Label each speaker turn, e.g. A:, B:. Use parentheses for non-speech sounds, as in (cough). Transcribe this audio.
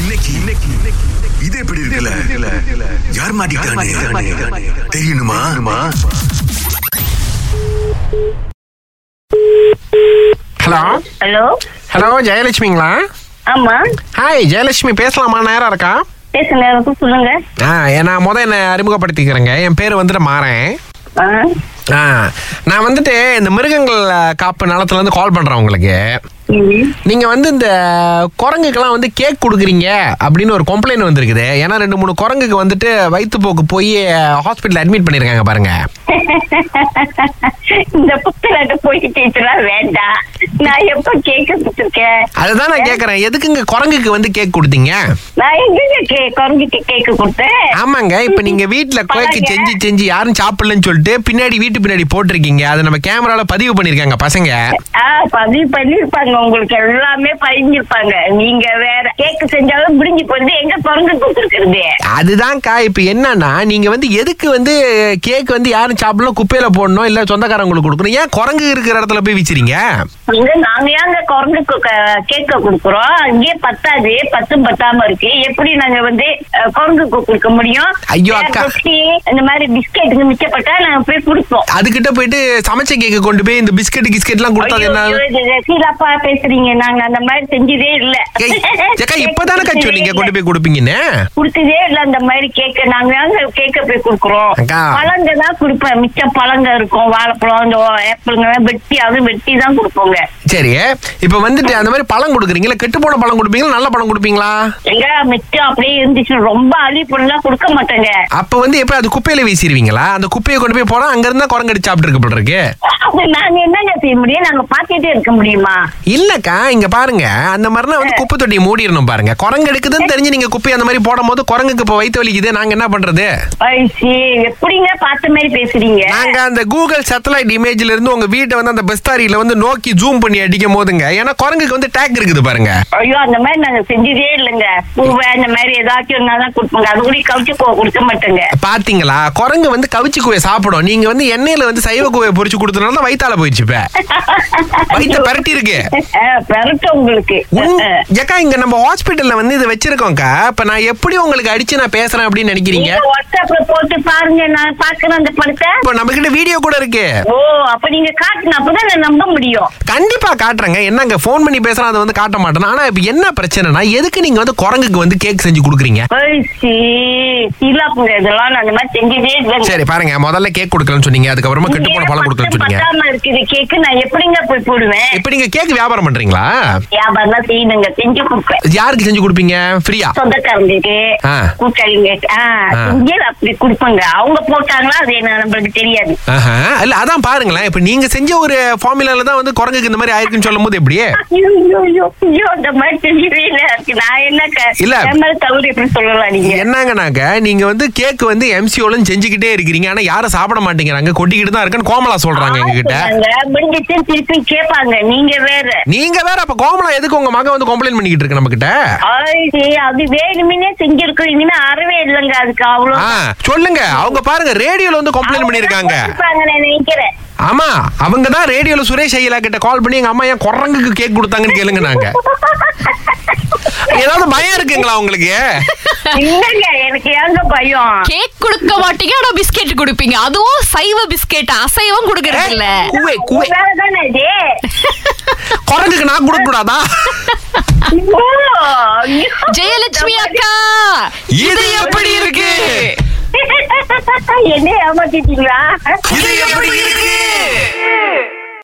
A: இன்னைக்கு இது எப்படி இருக்குல்ல யார் மாட்டிக்கிட்டானே தெரியணுமா
B: ஹலோ
C: ஹலோ
B: ஹலோ ஜெயலட்சுமிங்களா
C: ஆமா
B: ஹாய் ஜெயலட்சுமி பேசலாமா நேரம் இருக்கா
C: பேசுங்க எனக்கு சொல்லுங்க
B: ஆ ஏ- நான் முத என்னை அறிமுகப்படுத்திக்கிறேங்க என் பேர் வந்துட்டு மாறேன்
C: ஆ,
B: ஆ நான் வந்துட்டு இந்த மிருகங்கள் காப்பு நலத்துலேருந்து கால் பண்ணுறேன் உங்களுக்கு
C: ம்,
B: நீங்கள் வந்து இந்த குரங்குக்கெல்லாம் வந்து கேக் கொடுக்குறீங்க அப்படின்னு ஒரு கம்ப்ளைண்ட் வந்திருக்குது ஏன்னா ரெண்டு மூணு குரங்குக்கு வந்துட்டு வயிற்றுப்போக்கு போய் ஹாஸ்பிட்டல் அட்மிட் பண்ணியிருக்காங்க பாருங்க
C: இந்த புத்தகத்தை போய் டீச்சராக வேண்டாம் நான் எப்ப கேக்க கொடுத்துருக்கேன்
B: அதுதான் நான் கேட்குறேன் எதுக்குங்க குரங்குக்கு வந்து கேக் கொடுத்தீங்க
C: நான் எங்க கே குறைஞ்சிட்டு கேக்க கொடுத்தேன்
B: ஆமாங்க இப்போ நீங்கள் வீட்டில் கேக்கு செஞ்சு செஞ்சு யாரும் சாப்பிடலன்னு சொல்லிட்டு பின்னாடி வீட்டு பின்னாடி போட்டிருக்கீங்க அதை நம்ம கேமராவில் பதிவு பண்ணியிருக்காங்க பசங்க
C: ஆ பதிவு பண்ணிருப்பாங்க உங்களுக்கு எல்லாமே பதிஞ்சிருப்பாங்க நீங்க வேற கேக்கு செஞ்சாலும் முடிஞ்சு போறது எங்க குறைஞ்சு கொடுத்துருக்குறது
B: அதுதான்க்கா இப்போ என்னன்னா நீங்க வந்து எதுக்கு வந்து கேக் வந்து யாரும் சாப்பிடலாம் குப்பையில போடணும் இல்ல சொந்தக்காரங்களுக்கு கொடுக்கணும் ஏன் குரங்கு இருக்கிற இடத்துல போய் விச்சிரீங்க
C: அங்க நாங்க ஏங்க குரங்கு கேக்க கொடுக்குறோம் அங்கேயே பத்தாது பத்தும் பத்தாம இருக்கு எப்படி நாங்க வந்து அஹ், குரங்குக்கு கொடுக்க முடியும்
B: ஐயோ,
C: வேற
B: அக்கா.
C: ரொட்டி, இந்த மாதிரி பிஸ்கெட்டுக்கு மிச்சப்பட்டா நாங்க போய் கொடுப்போம்
B: அதுகிட்ட போயிட்டு சமைச்ச கேக்க கொண்டு போய் இந்த பிஸ்கட் கிஸ்கட்லாம் கொடுத்தா அது
C: ஐயோ,
B: என்ன
C: ஐயோ, இது ரசீலாப்பா பேசுறீங்க நாங்க அந்த மாதிரி செஞ்சதே இல்ல
B: ஏய், ஏக்கா
C: (laughs)
B: இப்பதானக்கா
C: கேக் கொடுத்ததே
B: சொன்னீங்க கொண்டு
C: இல்ல.
B: போய் கொடுப்பீங்கன்னு
C: கொடுத்ததே இல்ல அந்த மாதிரி கேக்க நாங்க ஏங்க கேக்க போய் கொடுக்குறோம்
B: அக்கா.
C: பழங்க தான் கொடுப்பேன் மிச்சம் பழங்க இருக்கும் வாழைப்பழம் இந்த ஆப்பிளுங்க வெட்டி அதுவும் வெட்டி தான் கொடுப்போங்க
B: சரி இப்போ வந்துட்டு அந்த மாதிரி பழம் கொடுக்குறீங்களா கெட்டு போன பழம் கொடுப்பீங்களா நல்ல பழம் கொடுப்பீங்களா
C: எங்க மிச்சம் அப்படியே இருந்துச்சு ரொம்ப அழி பொருள்லாம் கொடுக்க மாட்டேங்க
B: அப்ப வந்து எப்ப அது குப்பையில வீசிடுவீங்களா அந்த குப்பையை கொண்டு போய் போனா அங்க இருந்தா குரங்கடி சாப்பிட்டு இருக்கு போல இருக்கு
C: அப்ப நாங்க என்னங்க செய்ய முடியும் நாங்க பாத்துட்டே இருக்க முடியுமா
B: இல்லக்கா இங்க பாருங்க அந்த மாதிரினா வந்து குப்பை தொட்டியை மூடிடணும் பாருங்க குரங்கு எடுக்குதுன்னு தெரிஞ்சு நீங்க குப்பை அந்த மாதிரி போடும் போது குரங்குக்கு இப்ப வயித்து வலிக்குது நாங்க என்ன பண்றது
C: ஐசி எப்படிங்க பார்த்த மாதிரி பேசுறீங்க
B: நாங்க அந்த கூகுள் சேட்டலைட் இமேஜ்ல இருந்து உங்க வீட்டை வந்து அந்த பெஸ்தாரியில வந்து நோக்கி ஜூம் பண்ணி அடிக்கும் போதுங்க ஏன்னா குரங்குக்கு வந்து டேக் இருக்குது பாருங்க
C: ஐயோ அந்த மாதிரி நாங்க செஞ்சதே இல்லைங்க பூவை அந்த மாதிரி ஏதாச்சும் இருந்தாலும் கொடுப்போங்க அது கூட கவிச்சு போ கொடுக்க மாட்டேங்க
B: பாத்தீங்களா குரங்கு வந்து கவிச்சு குவையை சாப்பிடும் நீங்க வந்து எண்ணெயில வந்து சைவ குவையை பொரிச்சு கொடுத்தனால தான் வயித்தால போயிடுச்சு இப்ப வயித்த பரட்டி இருக்கு
C: பெருட்ட உங்களுக்கு
B: உன்-
C: அஹ்,
B: ஏக்கா இங்க நம்ம ஹாஸ்பிட்டல்ல வந்து இதை வச்சிருக்கோம்க்கா இப்ப நான் எப்படி உங்களுக்கு அடிச்சு நான் பேசுறேன் அப்படின்னு நினைக்கிறீங்க
C: நீங்க வாட்ஸ்அப்ல போட்டு பாருங்க நான் பாக்குறேன் அந்த படத்தை
B: இப்போ நம்ம கிட்ட வீடியோ கூட இருக்கு
C: ஓ அப்ப நீங்க காட்டுன அப்பதான் நான் நம்ப முடியும்
B: கண்டிப்பா காட்டுறேங்க என்னங்க ஃபோன் பண்ணி பேசுறேன் அதை வந்து காட்ட மாட்டேன் ஆனா இப்ப என்ன பிரச்சனைனா எதுக்கு நீங்க வந்து குரங்குக்கு வந்து கேக் செஞ்சு கொடுக்குறீங்க
C: ஐசி சீலாப்புங்க இதெல்லாம் நான் அந்த மாதிரி செஞ்சதே இல்லைங்க
B: சரி பாருங்க முதல்ல கேக் கொடுக்கலன்னு சொன்னீங்க அதுக்கப்புறமா கெட்டு போன பழம் கொடுக்கலன்னு சொன்னீங்க
C: பத்தாம இருக்குது கேக்கு நான் எப்படிங்க போய் போடுவேன்
B: இப்ப நீங்க கேக் வியாபாரம் பண்றீங்களா
C: வியாபாரம் தான் செய்யணுங்க செஞ்சு கொடுப்பேன்
B: யாருக்கு செஞ்சு கொடுப்பீங்க ஃப்ரீயா
C: சொந்தக்காரங்களுக்கு
B: ஆ.
C: கூட்டாளிங்க ஆ,
B: ஆ.
C: செஞ்சு அப்படி கொடுப்பேங்க அவங்க போட்டாங்களா அது என்ன நம்மளுக்கு தெரியாது
B: ஆஹா. இல்ல அதான் பாருங்களேன் இப்ப நீங்க செஞ்ச ஒரு ஃபார்முலால தான் வந்து குரங்குக்கு இந்த மாதிரி ஆயிருக்குன்னு சொல்லும் போது எப்படி
C: ஐயோ, ஐயோ, ஐயோ, ஐயோ, இந்த மாதிரி செஞ்சதே இல்ல. அதுக்கு நான் என்ன க-
B: இல்ல.
C: என் மேல தவறு எப்படி சொல்லலாம் நீங்க
B: என்னங்கனாக்க நீங்க வந்து கேக் வந்து எம்சிஓலன்னு செஞ்சுக்கிட்டே இருக்கிறீங்க ஆனா யாரும் சாப்பிட மாட்டேங்கிறாங்க கொட்டிக்கிட்டு தான் இருக்குன்னு கோமலா சொல்றாங்க எங்க கிட்ட
C: ஆசைதாங்க, முடிஞ்சிச்சு திருப்பி கேட்பாங்க நீங்க வேற
B: நீங்க வேற அப்ப கோமலா எதுக்கு உங்க மகன் வந்து கம்ப்ளைண்ட் பண்ணிக்கிட்டு இருக்கு நம்ம கிட்ட
C: ஐயே, அது வேணுமினே செஞ்சிருக்கோம் இனிமே அறவே இல்லைங்க அதுக்கு அவ்வளவு
B: ஆ, சொல்லுங்க அவங்க பாருங்க ரேடியோல வந்து கம்ப்ளைண்ட் பண்ணிருக்காங்க
C: அவங்க தான் கொடுப்பாங்க நான் நினைக்கிறேன்
B: ஆமா அவங்க தான் ரேடியோல சுரேஷ் ஐயா கிட்ட கால் பண்ணி எங்க அம்மா ஏன் குரங்குக்கு கேக் கொடுத்தாங்கன்னு கேளுங்க நாங்க ஏதாவது பயம் இருக்குங்களா உங்களுக்கு
C: இல்லங்க எனக்கு ஏங்க பயம்
D: கேக் கொடுக்க மாட்டீங்க ஆனா பிஸ்கெட் கொடுப்பீங்க அதுவும் சைவ பிஸ்கெட் அசைவம் கொடுக்கறது இல்ல
B: குவே குவே
C: உங்களாலதானே இது
B: குரங்குக்கு நான் கொடுக்க கூடாதா
C: ஐயோ, ஐயோ.
D: ஜெயலட்சுமி அக்கா
B: இது எப்படி இருக்கு
C: என்ன ஏமாத்திட்டீங்களா
B: இது எப்படி இருக்கு